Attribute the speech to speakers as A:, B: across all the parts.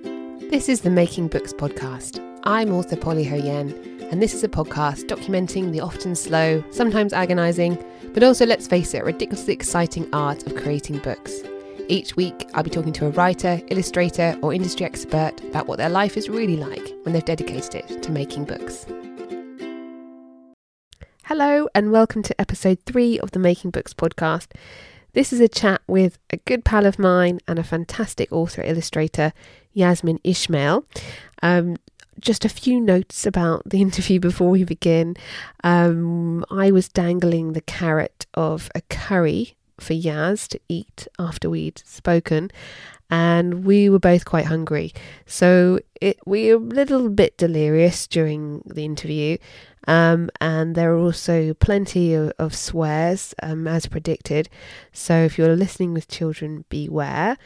A: This is the Making Books podcast. I'm author Polly Ho Yen, and this is a podcast documenting the often slow, sometimes agonising, but also, let's face it, ridiculously exciting art of creating books. Each week, I'll be talking to a writer, illustrator, or industry expert about what their life is really like when they've dedicated it to making books. Hello, and welcome to episode three of the Making Books podcast. This is a chat with a good pal of mine and a fantastic author illustrator, Yasmin Ishmael. Um, just a few notes about the interview before we begin. Um, I was dangling the carrot of a curry for Yaz to eat after we'd spoken, and we were both quite hungry. So it, we were a little bit delirious during the interview, um, and there are also plenty of, of swears um, as predicted. So if you're listening with children, beware.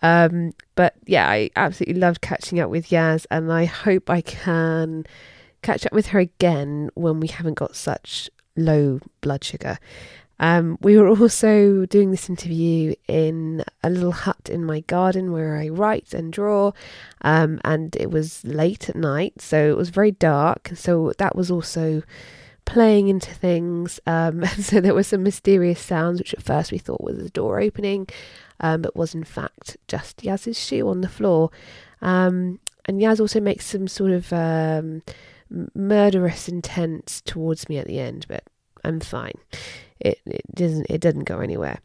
A: Um, but yeah, I absolutely loved catching up with Yaz, and I hope I can catch up with her again when we haven't got such low blood sugar. Um, we were also doing this interview in a little hut in my garden where I write and draw, um, and it was late at night, so it was very dark. So that was also playing into things. Um, so there were some mysterious sounds, which at first we thought was the door opening, um, but was in fact just Yaz's shoe on the floor. Um, and Yaz also makes some sort of um, m- murderous intent towards me at the end, but I'm fine. It, it doesn't it doesn't go anywhere.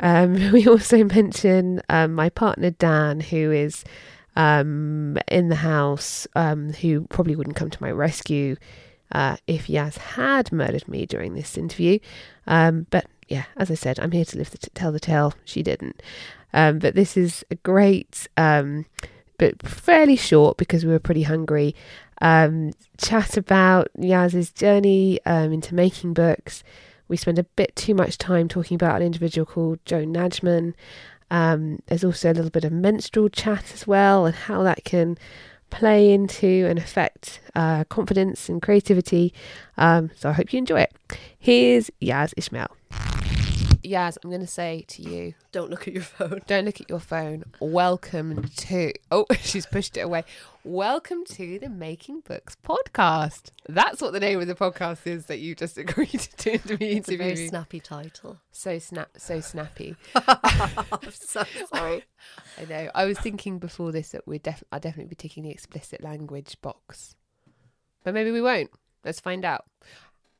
A: Um, we also mention um, my partner Dan, who is um, in the house, um, who probably wouldn't come to my rescue uh, if Yaz had murdered me during this interview. Um, but yeah, as I said, I'm here to live the t- tell the tale. She didn't. Um, but this is a great, um, but fairly short because we were pretty hungry. Um, chat about Yaz's journey um, into making books. We spend a bit too much time talking about an individual called Joan Najman. Um, there's also a little bit of menstrual chat as well, and how that can play into and affect uh, confidence and creativity. Um, so I hope you enjoy it. Here's Yaz Ishmael. Yaz, I'm going to say to you,
B: Don't look at your phone.
A: don't look at your phone. Welcome to. Oh, she's pushed it away. Welcome to the Making Books podcast. That's what the name of the podcast is that you just agreed to do the
B: It's a
A: interview.
B: very snappy title.
A: so snap, so snappy.
B: I'm so sorry.
A: I know. I was thinking before this that we're def- I'll definitely be ticking the explicit language box, but maybe we won't. Let's find out.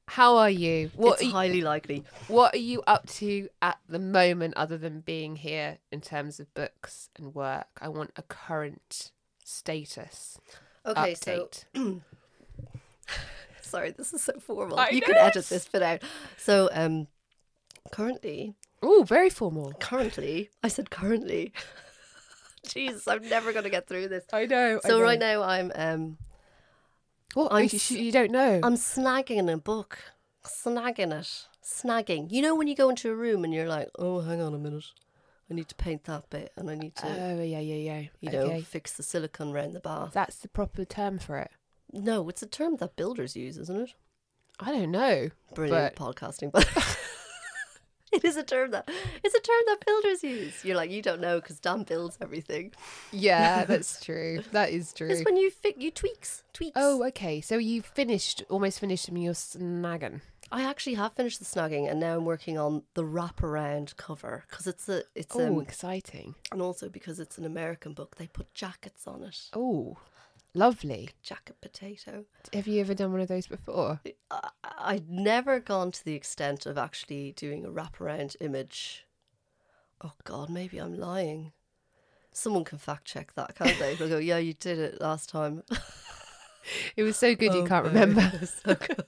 A: How are you? What
B: it's
A: are you,
B: highly likely.
A: What are you up to at the moment, other than being here in terms of books and work? I want a current status
B: Okay, so
A: update.
B: sorry, this is so formal.
A: I
B: you
A: know,
B: can edit
A: it's-
B: this bit out. So um currently
A: Oh, very formal.
B: currently I said currently. Jeez, I'm never gonna get through this.
A: I know.
B: So right now I'm um
A: what
B: I'm
A: you,
B: s-
A: you don't know.
B: I'm snagging a book. Snagging it. Snagging. You know when you go into a room and you're like, Oh, hang on a minute. I need to paint that bit and I need to
A: oh yeah, yeah, yeah.
B: you know,
A: okay,
B: fix the silicone round the bath.
A: that's the proper term for it.
B: No, it's a term that builders use, isn't it?
A: I don't know.
B: Brilliant podcasting, but it is a term that it's a term that builders use. You're like you don't know because Dan builds everything.
A: Yeah, that's true. That is true.
B: It's when you fi- you tweaks tweaks.
A: Oh, okay. So you finished, almost finished some of your snagging.
B: I actually have finished the snagging, and now I'm working on the wraparound cover because it's a it's
A: Oh,
B: um,
A: exciting.
B: and also because it's an American book, they put jackets on it.
A: Oh, lovely.
B: Jacket potato.
A: Have you ever done one of those before?
B: I, I'd never gone to the extent of actually doing a wraparound image. Oh God, maybe I'm lying. Someone can fact check that, can't they? They'll go, "Yeah, you did it last time."
A: It was so good you can't
B: Okay.
A: remember.
B: It's so good.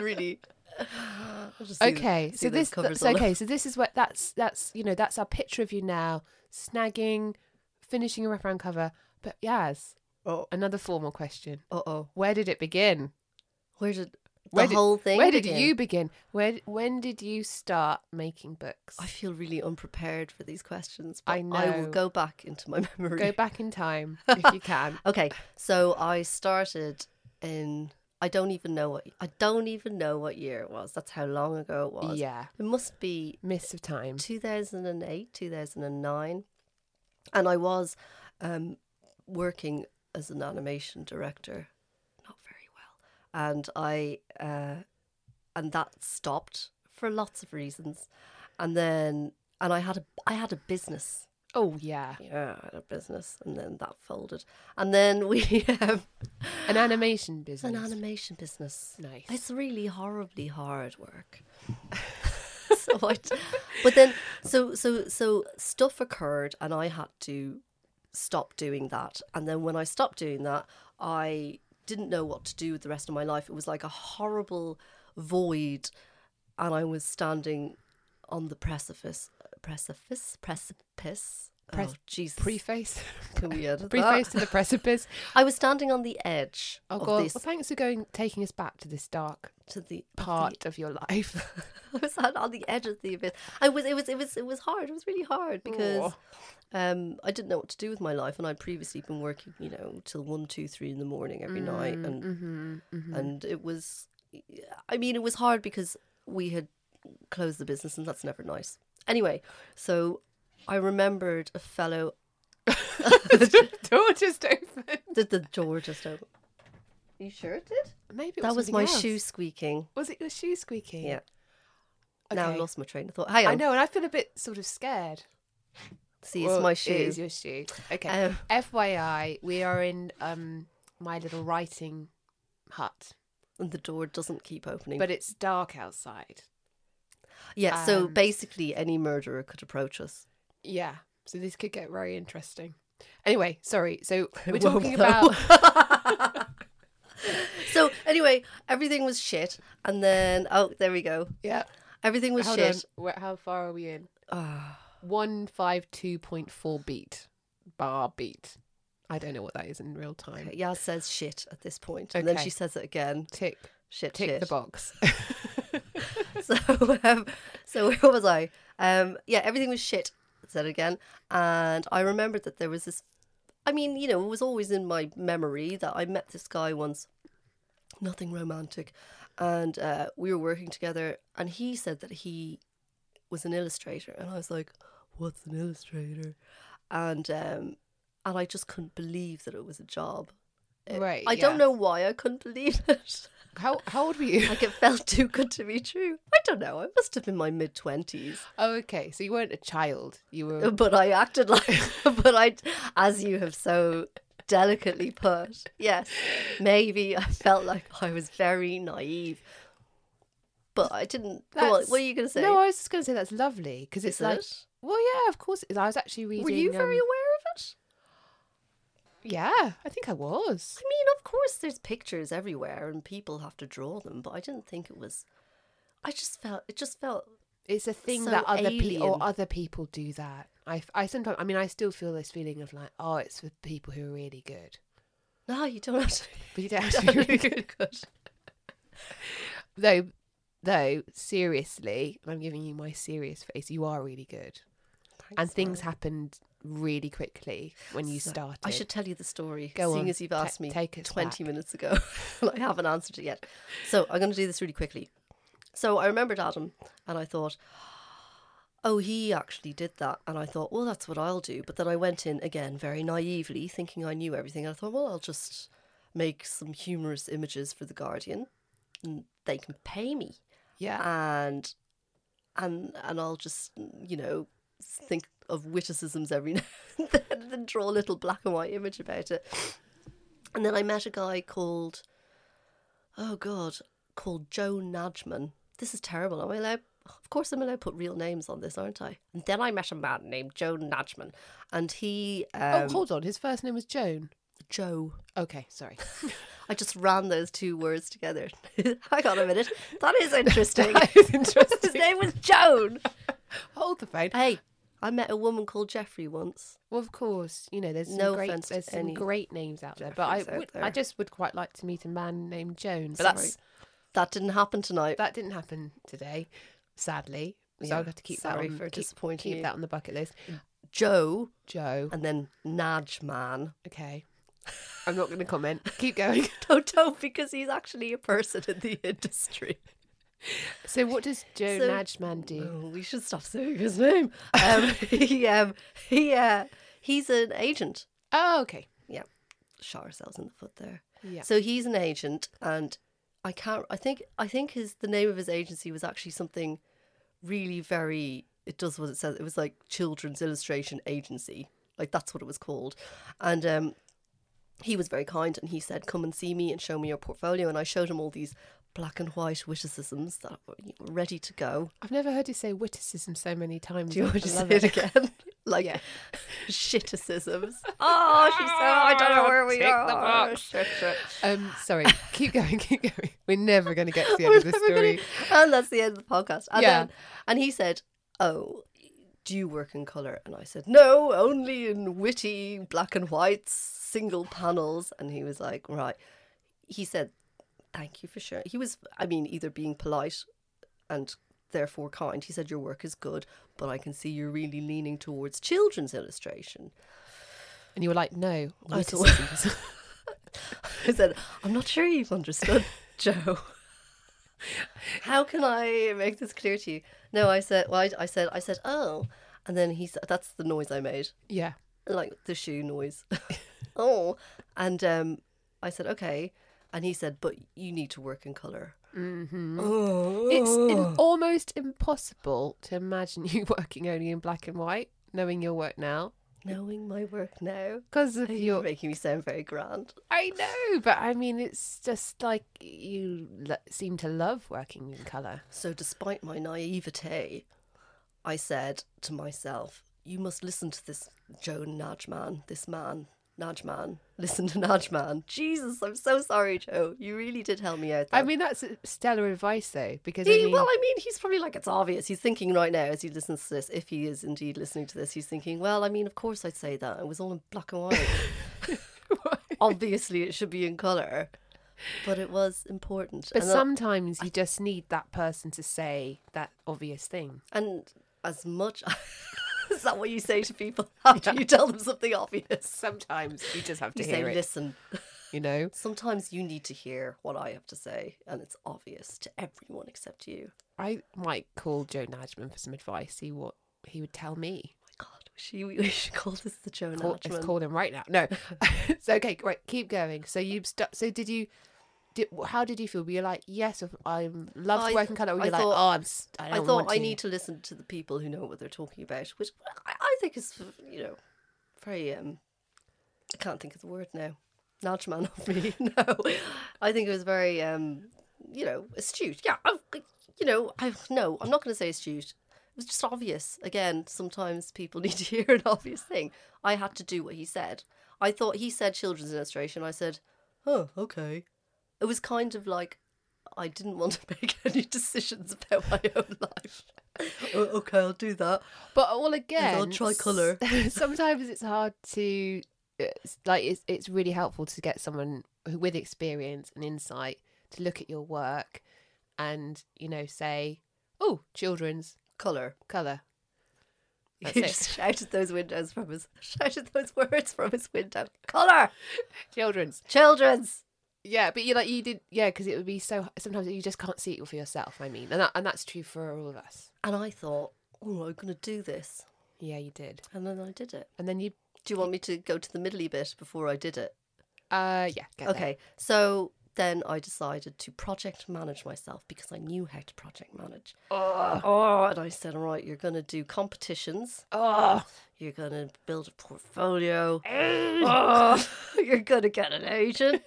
B: really I'll just see-
A: Okay,
B: see
A: so
B: those
A: this
B: covers
A: that's
B: all over.
A: okay. So this is what that's that's you know that's our picture of you now snagging, finishing a wraparound cover. But Yaz,
B: Oh,
A: another formal question:
B: uh oh.
A: Where did it begin?
B: Where did the
A: Where did-
B: whole thing?
A: Where did
B: begin?
A: you begin? Where when did you start making books?
B: I feel really unprepared for these questions. But
A: I
B: I I
A: know.
B: will go back into my memory.
A: Go back in time if you can.
B: Okay, so I started in. I don't even know what I don't even know what year it was. That's how long ago it was.
A: yeah,
B: It must be
A: miss of time.
B: 2008, 2009. And I was um, working as an animation director, not very well, and I uh, and that stopped for lots of reasons, and then and I had a I had a business.
A: Oh yeah,
B: Yeah, I had a business, and then that folded, and then we um,
A: an animation business.
B: an animation business.
A: Nice.
B: It's really horribly hard work. so I, but then so so so stuff occurred and I had to stop doing that. And then when I stopped doing that, I didn't know what to do with the rest of my life. It was like a horrible void and I was standing on the precipice precipice precipice.
A: Prec-
B: oh Jesus.
A: preface,
B: Can we edit that?
A: preface to the precipice.
B: I was standing on the edge
A: Oh
B: of
A: god,
B: this
A: well, thanks for going taking us back to this dark
B: to the of the
A: part of your life.
B: I was on, on the edge of the abyss. I was. It was. It was. It was hard. It was really hard because
A: Aw.
B: um, I didn't know what to do with my life, and I'd previously been working, you know, till one, two, three in the morning
A: Mm,
B: every night, and
A: mm-hmm,
B: and it was. I mean, it was hard because we had closed the business, and that's never nice. Anyway, so I remembered a fellow.
A: the door just opened.
B: Did the door just open? You sure it did?
A: Maybe it
B: That was
A: was
B: my
A: something else.
B: shoe squeaking.
A: Was it your shoe squeaking?
B: Yeah. Now I
A: Okay.
B: lost my train of thought. Hang on.
A: I know, and I feel a bit sort of scared.
B: See, it's
A: Well,
B: my shoe.
A: It is your shoe. Okay.
B: Um,
A: FYI, we are in um my little writing hut,
B: and the door doesn't keep opening.
A: but it's dark outside.
B: Yeah, so
A: Um,
B: basically any murderer could approach us.
A: Yeah. So this could get very interesting. Anyway, sorry. So we're
B: Whoa,
A: talking
B: whoa.
A: about
B: So anyway, everything was shit and then oh, there we go.
A: yeah.
B: Everything was
A: Hold on.
B: shit.
A: Where- How far are we in?
B: Ah,
A: One five two point four beat bar beat. I don't know what that is in real time.
B: okay, Yaz says shit at this point, And then
A: Okay.
B: she says it again.
A: Tick
B: Shit,
A: tick
B: shit.
A: the
B: Uh,
A: box.
B: So um, so where was I? Um yeah, everything was shit. Said it again. And I remembered that there was this I mean, you know, it was always in my memory that I met this guy once nothing romantic. And uh, we were working together, and he said that he was an illustrator, and I was like, "What's an illustrator?" And um, and I just couldn't believe that it was a job. It-
A: Right,
B: I
A: yeah.
B: don't know why I couldn't believe it.
A: How how old were you?
B: like it felt too good to be true. I don't know. I must have been my mid twenties,
A: Oh, okay. So you weren't a child. You were
B: but I acted like. but I, as you have so delicately put, yes, maybe I felt like I was very naive. But I didn't. Go on,
A: That's-
B: what are you going to say?
A: No, I was just going to say that's lovely because it's
B: Is
A: like,
B: it?
A: well, yeah, of course. it is. I was actually reading.
B: Were you
A: um,
B: very aware of it?
A: Yeah, I think I was.
B: I mean, of course, there's pictures everywhere, and people have to draw them. But I didn't think it was. I just felt it just felt
A: It's a thing
B: So
A: that other people or
B: alien.
A: other people do that. I, f- I sometimes, I mean, I still feel this feeling of like, oh, it's for people who are really good,
B: no, you don't have to.
A: but you don't actually really good. Though, though, seriously, I'm giving you my serious face. You are really good, and things happened really quickly when you started.
B: I should tell you the story,
A: Go
B: seeing
A: on,
B: as you've
A: ta-
B: asked me
A: take us
B: 20 minutes ago. and I haven't answered it yet. So I'm going to do this really quickly. So I remembered Adam and I thought, oh, he actually did that. And I thought, well, that's what I'll do. But then I went in again very naively, thinking I knew everything. And I thought, well, I'll just make some humorous images for The Guardian. And they can pay me
A: yeah.
B: and and and I'll just you know think of witticisms every now and then and draw a little black and white image about it. And then I met a guy called oh god called Joe Nadgman. This is terrible. Am I allowed? Of course, I'm allowed to put real names on this, aren't I? And then I met a man named Joe Nadgman, and he um,
A: oh, hold on. His first name was Joan.
B: Joe.
A: Okay, sorry.
B: I just ran those two words together. Hang on a minute. That is interesting.
A: That is
B: His
A: interesting.
B: name was Joan.
A: Hold the phone.
B: Hey, I met a woman called Jeffrey once.
A: Well, of course, you know there's some
B: No
A: great
B: offence to
A: there's some
B: any
A: great names out there, but I
B: Jeffreys out
A: would, I
B: there.
A: just would quite like to meet a man named Jones. But
B: Sorry.
A: that's
B: that didn't happen tonight.
A: that didn't happen today, sadly. So
B: Yeah,
A: I'll have to keep
B: sorry
A: that on,
B: for
A: keep,
B: disappointing
A: keep
B: you.
A: that on the bucket list.
B: Joe
A: Joe,
B: and then Nadge man.
A: okay, I'm not going to comment. Keep going.
B: Don't know because he's actually a person in the industry.
A: So what does Joe
B: So-
A: Nadgeman do?
B: Oh, we should stop saying his name. Um, he, um, he, uh, he's an agent.
A: Oh, okay.
B: Yeah, shot ourselves in the foot there.
A: Yeah.
B: So he's an agent, and I can't. I think I think his the name of his agency was actually something really very. It does what it says. It was like Children's Illustration Agency, like that's what it was called, and um, he was very kind and he said, "Come and see me and show me your portfolio." And I showed him all these black and white witticisms that were ready to go.
A: I've never heard you say witticism so many times.
B: Do you
A: I
B: want to say
A: love
B: it again? like
A: Yeah.
B: shitticisms. Oh, she's so I don't know where we
A: Tick the
B: are.
A: box.
B: Shit, shit.
A: Um, sorry, keep going, keep going. We're never going to get to the
B: We're
A: end of this
B: never gonna-
A: story.
B: And that's the end of the podcast. And
A: Yeah.
B: then, and he said, "Oh, do you work in color?" And I said, "No, only in witty black and whites, single panels." And he was like, "Right." He said, "Thank you for sharing." He was, I mean, either being polite and therefore kind. He said, "Your work is good, but I can see you're really leaning towards children's illustration."
A: And you were like, no,
B: I thought-
A: witticisms.
B: I said, I'm not sure you've understood, Joe. How can I make this clear to you? No, I said, well, I, I said, I said, oh. And then he said, that's the noise I made,
A: yeah.
B: like the shoe noise. oh. And um, I said, okay. And he said, but you need to work in color
A: hmm
B: Oh.
A: It's in, almost impossible to imagine you working only in black and white, knowing your work now,
B: knowing my work now.
A: because of
B: You're
A: your.
B: making me sound very grand.
A: I know, but I mean, it's just like you lo- seem to love working in colour.
B: So, despite my naivete, I said to myself, You must listen to this Joe Najman, this man, Najman. Listen to Najman. Jesus, I'm so sorry, Joe. You really did help me out there.
A: I mean, that's stellar advice, though, because I
B: he,
A: mean,
B: well, I mean, he's probably like, It's obvious. He's thinking right now as he listens to this, if he is indeed listening to this, he's thinking, Well, I mean, of course I'd say that. It was all in black and white. Obviously, it should be in colour. But it was important.
A: but
B: And that-
A: sometimes you just need that person to say that obvious thing.
B: And as much is that what you say to people after you tell them something obvious?
A: Sometimes you just have to
B: You
A: hear
B: say,
A: it,
B: listen,
A: you know.
B: sometimes you need to hear what I have to say, and it's obvious to everyone except you. Oh
A: I might call Joe Najman for some advice, see what he would tell me.
B: Oh my God, we should, we should call this the Joan
A: Call,
B: Hodgman.
A: let's call him right now. No, it's okay. Right, keep going. So you stopped. So did you? Did how did you feel? Were you like yes, I'm loved
B: I-
A: working colour? Or
B: I
A: you're like
B: thought-
A: oh, I'm. s- I,
B: I
A: don't
B: thought
A: want
B: I
A: to."
B: need to listen to the people who know what they're talking about, which I, I think is, you know, very. Um, I can't think of the word now. Nudgeman of me. No, I think it was very, um, you know, astute. Yeah, I've, you know, I no, I'm not going to say astute. It was just obvious. Again, sometimes people need to hear an obvious thing. I had to do what he said. I thought he said children's illustration. I said, oh, okay. It was kind of like I didn't want to make any decisions about my own life. oh, okay, I'll do that.
A: But all again,
B: tricolour.
A: s- Sometimes it's hard to it's like. It's it's really helpful to get someone who, with experience and insight to look at your work, and you know say, oh, children's
B: Color.
A: colour. That's
B: he
A: it.
B: just shouted those windows from his shouted those words from his window. Color,
A: Children's.
B: children's.
A: Yeah, but you like you did. Yeah, because it would be so. Sometimes you just can't see it for yourself. I mean, and that, and that's true for all of us.
B: And I thought, oh, I'm going to do this,
A: Yeah, you did.
B: and then I did it.
A: And then you,
B: Do you want me to go to the middly bit before I did it?
A: uh, yeah, get there.
B: Okay. So then I decided to project manage myself because I knew how to project manage.
A: Oh,
B: Oh, and I said, all right, you're going to do competitions.
A: oh,
B: You're going to build a portfolio. Oh, you're going to get an agent.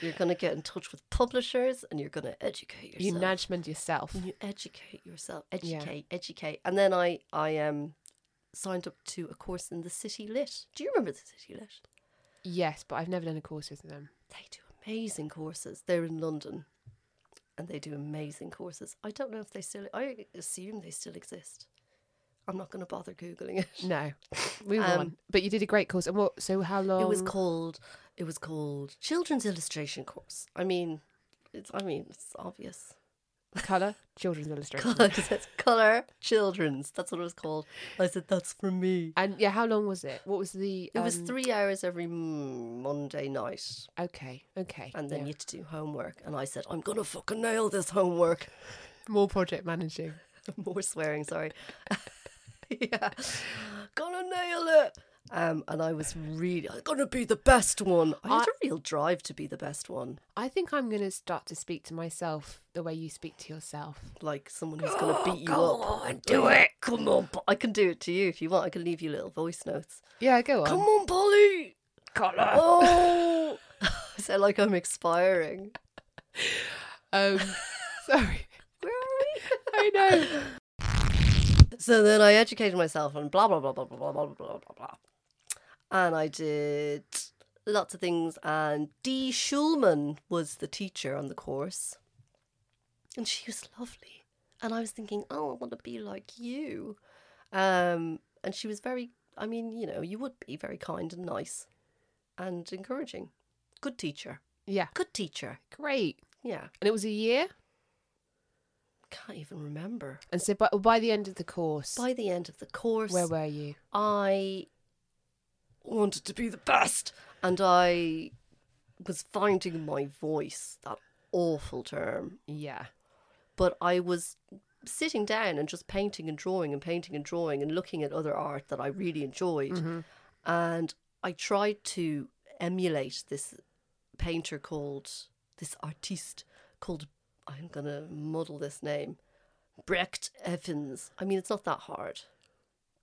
B: You're going to get in touch with publishers and you're going to educate yourself.
A: you nudgement yourself.
B: And you educate yourself,
A: Yeah.
B: educate, educate. And then I, I um, signed up to a course in the City Lit. Do you remember the City Lit?
A: Yes, but I've never done a course with them.
B: They do amazing courses. They're in London and they do amazing courses. I don't know if they still, I assume they still exist. I'm not going to bother Googling it.
A: No, move
B: Um,
A: on. But you did a great course. And what? So how long?
B: It was called. It was called children's illustration course. I mean, it's. I mean, it's obvious.
A: color children's illustration.
B: Color, it's color children's. That's what it was called. I said that's for me.
A: And yeah, how long was it? What was the?
B: It was
A: um,
B: three hours every mm, Monday night,
A: Okay, okay.
B: and then
A: yeah.
B: you had to do homework. And I said, I'm gonna fucking nail this homework.
A: more project managing.
B: More swearing, sorry. yeah, gonna nail it. Um, and I was really, I'm going to be the best one. I had a real drive to be the best one,
A: I think I'm going to start to speak to myself the way you speak to yourself.
B: like someone who's going to beat you up.
A: on, do it.
B: Come on, Po- I can do it to you if you want. I can leave you little voice notes.
A: Yeah, go on.
B: Come on, Polly.
A: Connor.
B: Oh, I sound like I'm expiring.
A: Um, sorry.
B: Where are
A: I know.
B: we? So then I educated myself on blah blah blah blah blah blah blah blah blah blah, and I did lots of things. And Dee Schulman was the teacher on the course, and she was lovely. And I was thinking, oh, I want to be like you. Um, and she was very. I mean, you know, you would be very kind and nice, and encouraging. Good teacher.
A: Yeah,
B: Good teacher.
A: great.
B: Yeah.
A: And it was a year.
B: Can't even remember.
A: And so by, by the end of the course,
B: By the end of the course,
A: where were you?
B: I wanted to be the best, and I was finding my voice, that awful term.
A: Yeah.
B: But I was sitting down and just painting and drawing and painting and drawing and looking at other art that I really enjoyed.
A: Mm-hmm.
B: And I tried to emulate this painter called, this artiste called, I'm going to muddle this name, Brecht Evans. I mean, it's not that hard,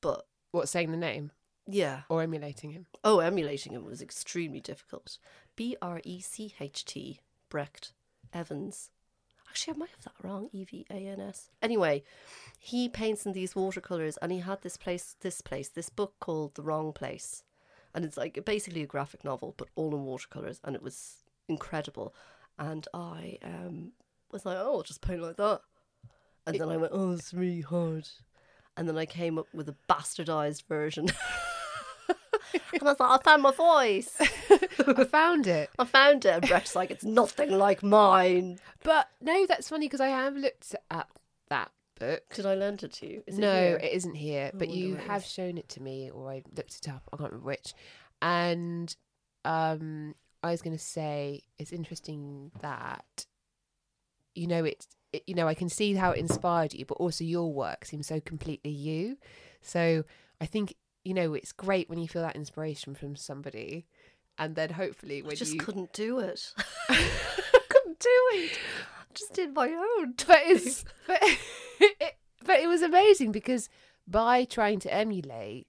B: but
A: What, saying the name
B: yeah.
A: or emulating him?
B: Oh, emulating him was extremely difficult. B R E C H T, Brecht Evans. Actually, I might have that wrong. E V A N S. Anyway, he paints in these watercolors, and he had this place, this place, this book called The Wrong Place, and it's like basically a graphic novel, but all in watercolors, and it was incredible. And I um, was like, oh, I'll just paint like that. And then I went, oh, it's really hard. And then I came up with a bastardized version. and I was like, I found my voice.
A: I found it.
B: I found it. And Brett's like, it's nothing like mine.
A: But no, that's funny because I have looked at that book.
B: Did I lend it to you? Is it
A: no,
B: here? Oh,
A: it isn't here, but
B: wonder
A: you
B: where it
A: have
B: is.
A: shown it to me, or I looked it up. I can't remember which. And um, I was going to say it's interesting that you know it's it, you know I can see how it inspired you, but also your work seems so completely you. So I think you know it's great when you feel that inspiration from somebody, and then hopefully
B: I
A: when
B: just
A: you
B: couldn't do it.
A: couldn't do it
B: just did my own.
A: but it's but it, but it was amazing because by trying to emulate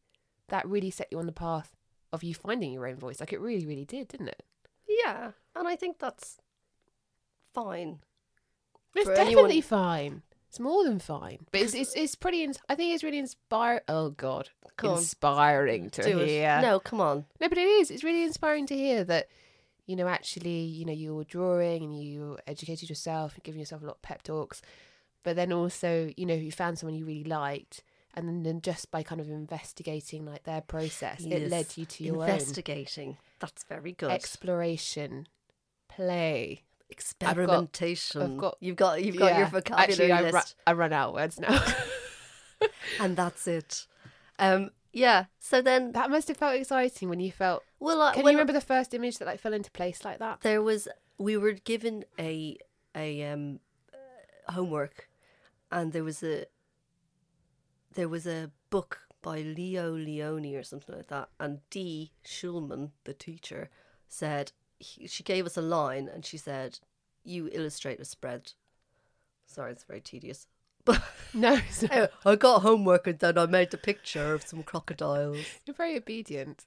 A: that really set you on the path of you finding your own voice like it really really did didn't it
B: Yeah, and I think that's fine.
A: it's
B: For
A: definitely
B: anyone-
A: fine it's more than fine but it's it's, it's pretty ins- i think it's really inspire oh god
B: Go on.
A: inspiring to
B: Do
A: hear
B: it. No, come on.
A: No, but it is. It's really inspiring to hear that, you know, actually, you know, you were drawing and you educated yourself, you're giving yourself a lot of pep talks, but then also, you know, you found someone you really liked. And then- then just by kind of investigating like their process, it
B: Yes.
A: led you to your
B: Investigating. That's very good.
A: own exploration, play.
B: Experimentation.
A: I've got-
B: you've got you've got your
A: Yeah.
B: vocabulary
A: Actually, I, ru-
B: list,
A: I run out of words now.
B: and that's it. Um, yeah. So then,
A: that must have felt exciting when you felt.
B: Uh, well, I,
A: Can
B: when
A: you remember the first image that like fell into place like that?
B: there was we were given a a um uh, homework, and there was a there was a book by Leo Leone or something like that, and Dee Schulman, the teacher, said he, she gave us a line, and she said, "You illustrate a spread." Sorry, it's very tedious, but.
A: No, it's not.
B: Anyway, I got homework and then I made a picture of some crocodiles.
A: you're very obedient.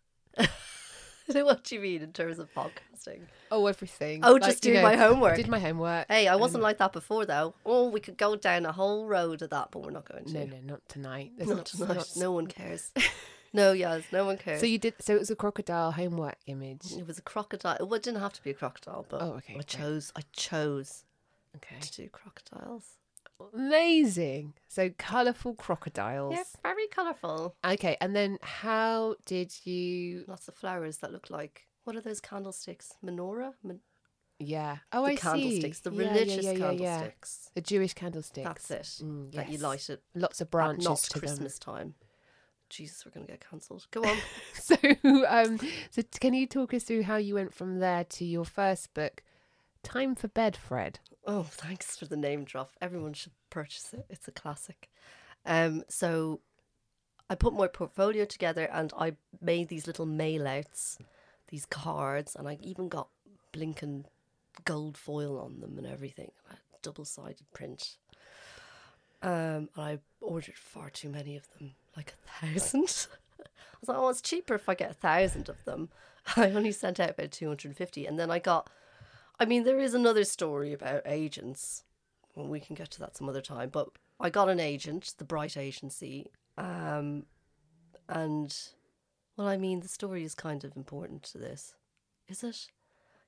B: what do you mean in terms of podcasting?
A: Oh, everything.
B: Oh,
A: Like,
B: just
A: you
B: doing
A: know,
B: my homework.
A: Did my homework.
B: Hey, I
A: Um,
B: wasn't like that before though. Oh, we could go down a whole road of that, but we're not going to.
A: No, no, not tonight. There's
B: not, tonight. no one cares. no, yes, no one cares.
A: So you did. So it was a crocodile homework image.
B: it was a crocodile. Well, it didn't have to be a crocodile, but
A: Oh, okay,
B: I
A: right.
B: chose. I chose
A: Okay.
B: to do crocodiles.
A: Amazing. So colourful crocodiles.
B: Yeah, very colourful.
A: Okay, and then how did you?
B: Lots of flowers that look like. What are those candlesticks? Menorah? Men-
A: Yeah. Oh,
B: the
A: I
B: candlesticks,
A: see.
B: the
A: Yeah, yeah,
B: religious
A: yeah, yeah, yeah.
B: candlesticks.
A: The Jewish candlesticks.
B: That's it.
A: Mm,
B: That you
A: yes.
B: light it
A: Lots of
B: at
A: branches
B: not
A: to
B: Christmas time. Jesus, we're going to get cancelled. Go on.
A: them. So, um, so t- can you talk us through how you went from there to your first book, Time for Bed, Fred?
B: Oh, thanks for the name drop. Everyone should purchase it. It's a classic. Um, so I put my portfolio together and I made these little mail outs, these cards, and I even got blinking gold foil on them and everything. Double sided print. Um, and I ordered far too many of them, like a thousand. I was like, oh, it's cheaper if I get a thousand of them. I only sent out about 250. And then I got, I mean, there is another story about agents. Well, we can get to that some other time. But I got an agent, the Bright Agency. Um, and, well, I mean, the story is kind of important to this, is it?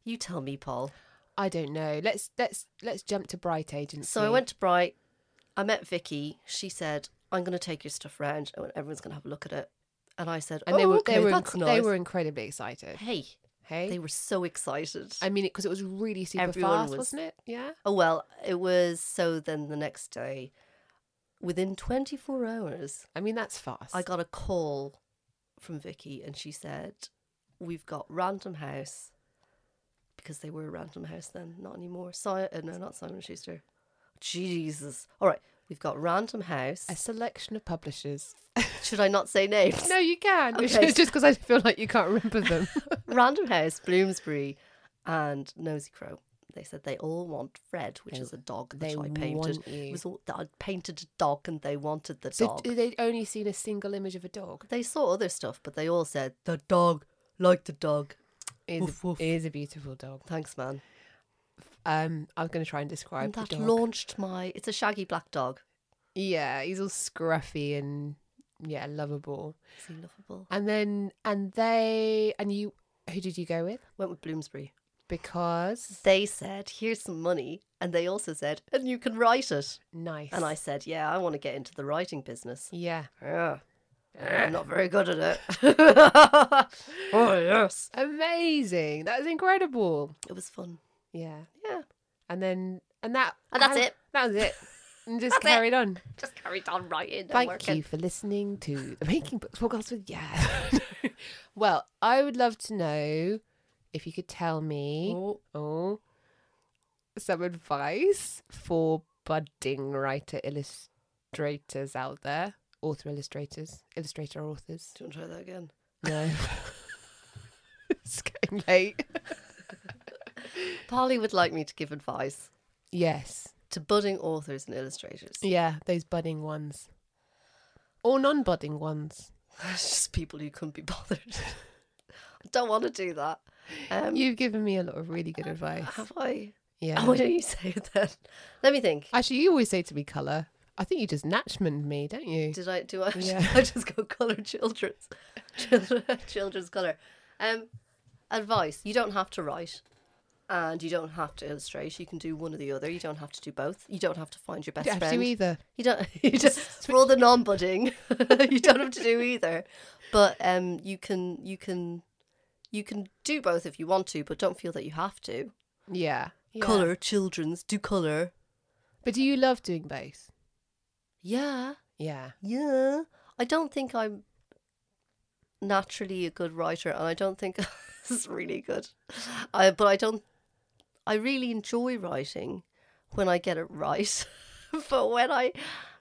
B: You tell me, Paul.
A: I don't know. Let's let's let's jump to Bright Agency.
B: So I went to Bright. I met Vicky. She said, "I'm going to take your stuff round, and everyone's going to have a look at it." And I said,
A: and they
B: "Oh,
A: were
B: okay,
A: they were
B: that's
A: inc-
B: nice."
A: they were incredibly excited.
B: hey,
A: Hey,
B: they were so excited.
A: I mean, because it, was really super
B: Everyone
A: fast,
B: was-
A: was... not it? Yeah.
B: oh well, it was. So then the next day, within 24 hours,
A: I mean, that's fast.
B: I got a call from Vicky, and she said, "We've got Random House." Because they were Random House then, not anymore. Simon, uh, no, not Simon and Schuster. Jesus. All right, we've got Random House.
A: a selection of publishers.
B: Should I not say names?
A: no, you can. It's
B: Okay.
A: just because I feel like you can't remember them.
B: Random House, Bloomsbury, and Nosy Crow. They said they all want Fred, which
A: They-
B: is a dog that
A: they
B: I painted.
A: want you.
B: It was all, I painted a dog, and they wanted the
A: so
B: dog.
A: d- they'd only seen a single image of a dog.
B: They saw other stuff, but they all said the dog, like the dog.
A: It is,
B: Woof,
A: a,
B: woof.
A: it is a beautiful dog.
B: Thanks, man.
A: Um, I'm going to try and describe
B: And that
A: the dog.
B: launched my. It's a shaggy black dog.
A: Yeah, he's all scruffy and yeah, lovable.
B: Is he lovable?
A: And then and they and you, who did you go with?
B: Went with Bloomsbury.
A: Because
B: They said, "Here's some money," and they also said, "And you can write it."
A: nice.
B: And I said, "Yeah, I want to get into the writing business."
A: yeah.
B: Yeah. I'm not very good at it. oh, yes.
A: Amazing. That was incredible.
B: It was fun.
A: Yeah.
B: Yeah.
A: And then and that
B: And that's
A: how-
B: it.
A: That was it. And just
B: That's it.
A: carried on.
B: Just carried on writing and
A: Thank
B: working.
A: you for listening to the Making Books podcast with Yeah. well, I would love to know if you could tell me
B: Oh,
A: oh, some advice for budding writer illustrators out there, author illustrators, illustrator authors.
B: do you want to try that again?
A: No, it's getting late.
B: Polly would like me to give advice
A: Yes,
B: to budding authors and illustrators.
A: yeah, those budding ones, or non-budding ones.
B: It's just people who couldn't be bothered. I don't want to do that. Um,
A: You've given me a lot of really good advice.
B: have I? Oh,
A: Yeah.
B: Why don't you say it then? Let me think.
A: Actually, you always say to me colour. I think you just natchmaned me, don't you?
B: Did I do I?
A: Yeah.
B: I just go color children's, children, children's color. Um, advice: You don't have to write, and you don't have to illustrate. You can do one or the other. You don't have to do both. You don't have to find your best
A: Don't have
B: friend.
A: to either.
B: You don't. You just for all the non-budding, you don't have to do either. But um, you can you can you can do both if you want to, but don't feel that you have to.
A: Yeah. yeah.
B: Color children's do color.
A: But do you love doing both?
B: Yeah.
A: Yeah.
B: Yeah. I don't think I'm naturally a good writer, and I don't think this is really good. I, but I don't. I really enjoy writing when I get it right, but when I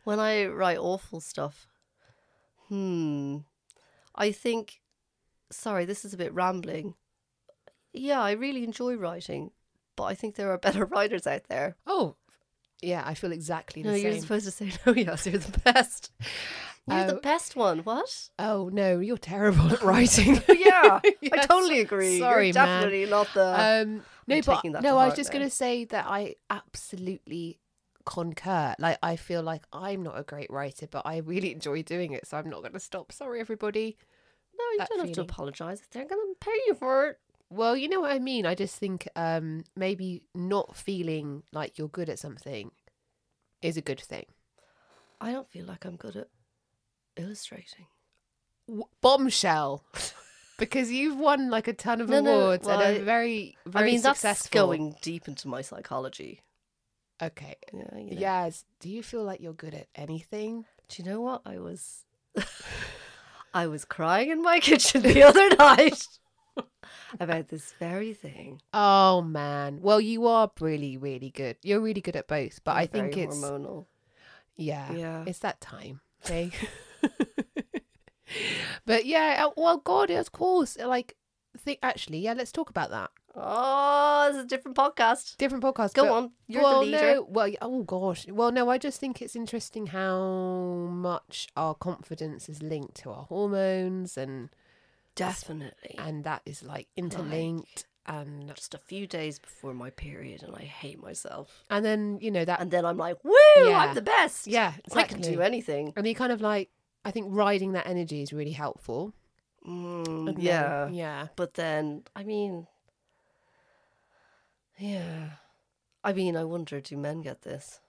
B: when I write awful stuff, hmm, I think. Sorry, this is a bit rambling. Yeah, I really enjoy writing, but I think there are better writers out there.
A: Oh, yeah, I feel exactly the
B: No, you're
A: same.
B: supposed to say no. Yes, you're the best. Uh, You're the
A: Oh.
B: best one. What?
A: oh no, you're terrible at writing.
B: yeah, I
A: Yes.
B: totally agree.
A: Sorry,
B: You're
A: man.
B: definitely not the.
A: Um, no,
B: I'm
A: but
B: taking that to
A: no, I was
B: heart
A: just
B: now.
A: going to say that I absolutely concur. Like, I feel like I'm not a great writer, but I really enjoy doing it, so I'm not going to stop. Sorry, everybody.
B: no, you
A: that
B: don't have to
A: feeling.
B: apologize. They're going to pay you for it.
A: Well, you know what I mean. I just think um, maybe not feeling like you're good at something is a good thing.
B: I don't feel like I'm good at illustrating.
A: W- bombshell. Because you've won like a ton of
B: No, no,
A: awards
B: well,
A: and
B: I-
A: are very, very
B: I mean,
A: successful.
B: that's going deep into my psychology.
A: Okay.
B: Yeah, you know.
A: Yes. Do you feel like you're good at anything?
B: Do you know what I was? I was crying in my kitchen the other night about this very thing.
A: Oh man. Well, you are really, really good. You're really good at both, but I think
B: Very
A: it's
B: hormonal.
A: yeah,
B: Yeah.
A: it's that time. Okay. But yeah, uh, well, God, yeah, of course. Like, think actually, yeah, let's talk about that.
B: Oh, this is a different podcast.
A: Different podcast.
B: Go
A: but-
B: on. You're
A: well,
B: the leader.
A: No, well, y- oh gosh. Well, no, I just think it's interesting how much our confidence is linked to our hormones, and
B: Definitely.
A: and that is like interlinked, and
B: Just a few days before my period, and I hate myself.
A: and then you know that,
B: And then I'm like, woo,
A: Yeah.
B: I'm the best.
A: yeah,
B: I can
A: exactly.
B: do anything.
A: And you kind of like, I think riding that energy is really helpful.
B: Mm,
A: And then-
B: yeah.
A: yeah,
B: But then, I mean, yeah. I mean, I wonder do men get this?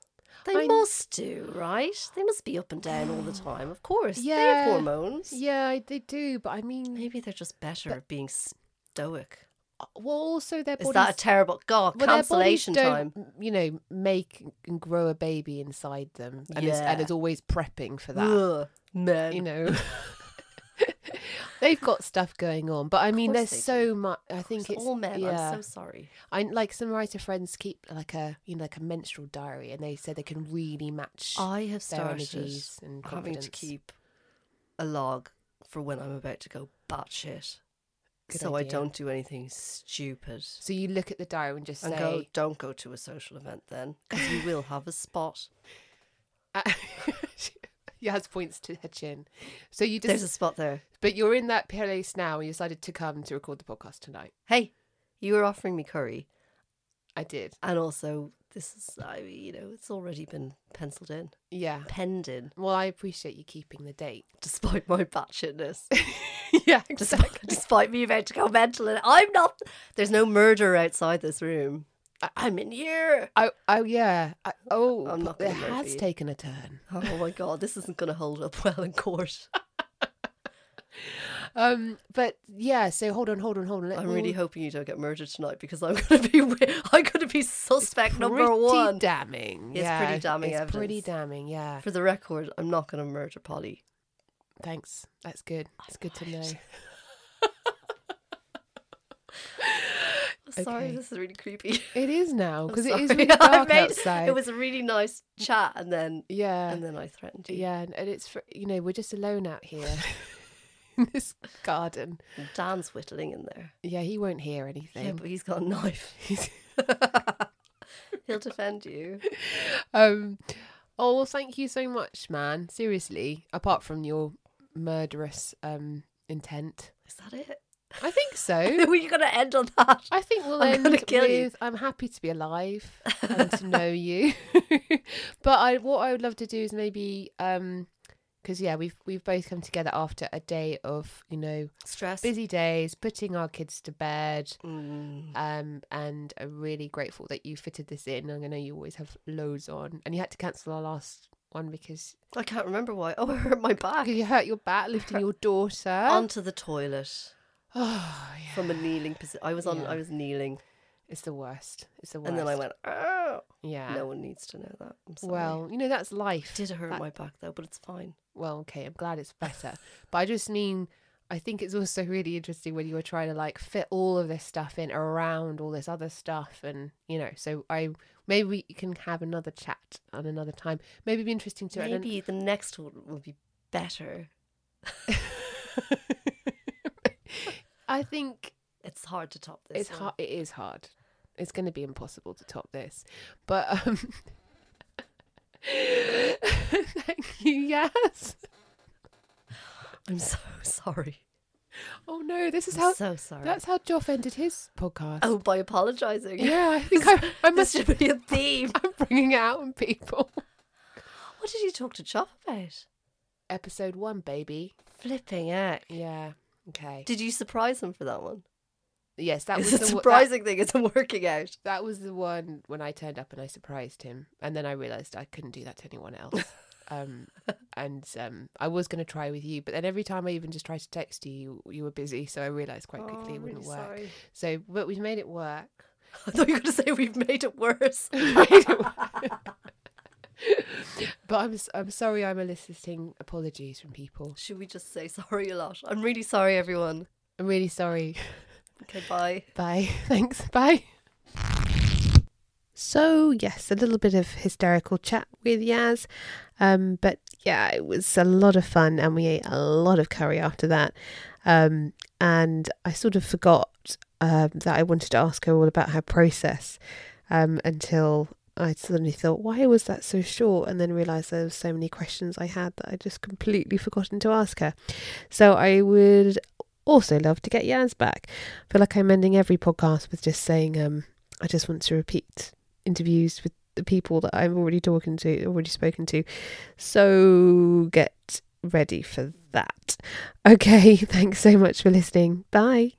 B: They
A: I-
B: must do, right? They must be up and down all the time, of course. They
A: Yeah.
B: have hormones.
A: yeah, I- they do. But I mean,
B: Maybe they're just better at being stoic.
A: well, also their
B: Is
A: bodies.
B: that a terrible God
A: well, their bodies
B: cancellation
A: don't,
B: time?
A: you know, make and grow a baby inside them, and, it's, and
B: Yeah.
A: it's always prepping for that.
B: Ugh, men.
A: you know they've got stuff going on but i mean there's
B: course they
A: so much i think
B: It's
A: it's
B: all men.
A: yeah
B: I'm so sorry.
A: i like some writer friends keep like a you know like a menstrual diary and they said they can really match
B: I have
A: their
B: started
A: energies and
B: having
A: confidence
B: to keep a log for when I'm about to go batshit,
A: Good
B: so I
A: idea.
B: don't do anything stupid.
A: so you look at the diary and just
B: And
A: say
B: go, don't go to a social event then, because you will have a spot.
A: she has points to her chin so you
B: There's
A: just
B: a spot there.
A: but you're in that place now and you decided to come to record the podcast tonight
B: Hey, you were offering me curry,
A: i did
B: and also this is, I, you know, it's already been penciled in,
A: yeah
B: penned in,
A: well i appreciate you keeping the date
B: despite my batshitness.
A: yeah
B: Despite, despite me about to go mental, and I'm not. There's no murder outside this room. I, I'm in here.
A: Oh, oh yeah. I, oh,
B: I'm not
A: but it
B: gonna murder
A: has
B: you.
A: taken a turn.
B: Oh my god, this isn't going to hold up well in court.
A: Um, but yeah. So hold on, hold on, hold on. Let
B: I'm
A: me-
B: really hoping you don't get murdered tonight because I'm going to be. wi- I'm going to be suspect number
A: pretty
B: one.
A: damning.
B: It's
A: yeah,
B: pretty damning
A: It's pretty
B: evidence.
A: damning. Yeah.
B: For the record, I'm not going to murder Polly.
A: Thanks. That's good. That's good to know.
B: Sorry,
A: Okay.
B: this is really creepy.
A: It is now because it is
B: Sorry,
A: really
B: I
A: dark
B: made-
A: outside.
B: It was a really nice chat, and then
A: yeah.
B: and then I threatened you.
A: yeah, and, and it's fr- you know we're just alone out here in this garden.
B: And Dan's whittling in there.
A: Yeah, he won't hear
B: Yeah,
A: anything.
B: but he's got a knife. He'll defend you.
A: um. Oh well, thank you so much, man. Seriously, apart from your murderous um intent.
B: Is that it?
A: I think so.
B: Were you going to end on that?
A: I think we'll
B: I'm
A: end
B: gonna kill
A: with
B: you.
A: I'm happy to be alive and to know you. but I what I would love to do is maybe um because yeah, we've we've both come together after a day of, you know,
B: Stress.
A: busy days, putting our kids to bed.
B: Mm.
A: Um, and I'm really grateful that you fitted this in. I know you always have loads on, and you had to cancel our last one because
B: I can't remember why. Oh, I hurt my back.
A: you hurt your back lifting your daughter.
B: Onto the toilet
A: oh, yeah.
B: Um, from a kneeling position. I was on.
A: Yeah.
B: I was kneeling,
A: it's the worst. It's the worst.
B: and then I went. Oh,
A: yeah.
B: no one needs to know that. I'm sorry.
A: Well, you know that's life.
B: did hurt
A: that-
B: my back though, but it's fine.
A: well, okay, I'm glad it's better. but I just mean, I think it's also really interesting when you were trying to like fit all of this stuff in around all this other stuff, and you know, so I maybe we can have another chat on another time. Maybe it'd be interesting to
B: Maybe the next one will be better.
A: I think
B: It's hard to top this.
A: it's
B: one.
A: hard. It is hard. It's going to be impossible to top this, but um. Thank you. Yes.
B: I'm so sorry.
A: Oh no, this is
B: I'm
A: how
B: so sorry.
A: that's how Joff ended his podcast.
B: Oh, by apologising.
A: Yeah, I think I, I
B: This
A: must.
B: should be a theme.
A: I'm bringing it out on people.
B: What did you talk to Chop about?
A: Episode one, baby.
B: Flipping out.
A: Yeah. Okay.
B: Did you surprise him for that one?
A: Yes, that was
B: it's
A: the
B: a
A: wo-
B: surprising thing. It's a working out.
A: That, that was the one when I turned up and I surprised him, and then I realized I couldn't do that to anyone else. um, and um, I was going to try with you, but then every time I even just tried to text you, you, you were busy, so I realized
B: Oh,
A: quite quickly it wouldn't work. So, but we've made it work.
B: I thought you were going to say we've made it worse.
A: But I'm s- I'm sorry I'm eliciting apologies from people.
B: Should we just say sorry a lot? I'm really sorry, everyone.
A: I'm really sorry.
B: Okay, bye.
A: Bye. Thanks. Bye. So, yes, a little bit of hysterical chat with Yaz. Um, but yeah, it was a lot of fun and we ate a lot of curry after that. Um, and I sort of forgot um, that I wanted to ask her all about her process um, until I suddenly thought, why was that so short? And then realised there were so many questions I had that I just completely forgotten to ask her. So I would also love to get Yaz back. I feel like I'm ending every podcast with just saying, um, I just want to repeat interviews with the people that I'm already talking to, already spoken to. So get ready for that. Okay, thanks so much for listening. Bye.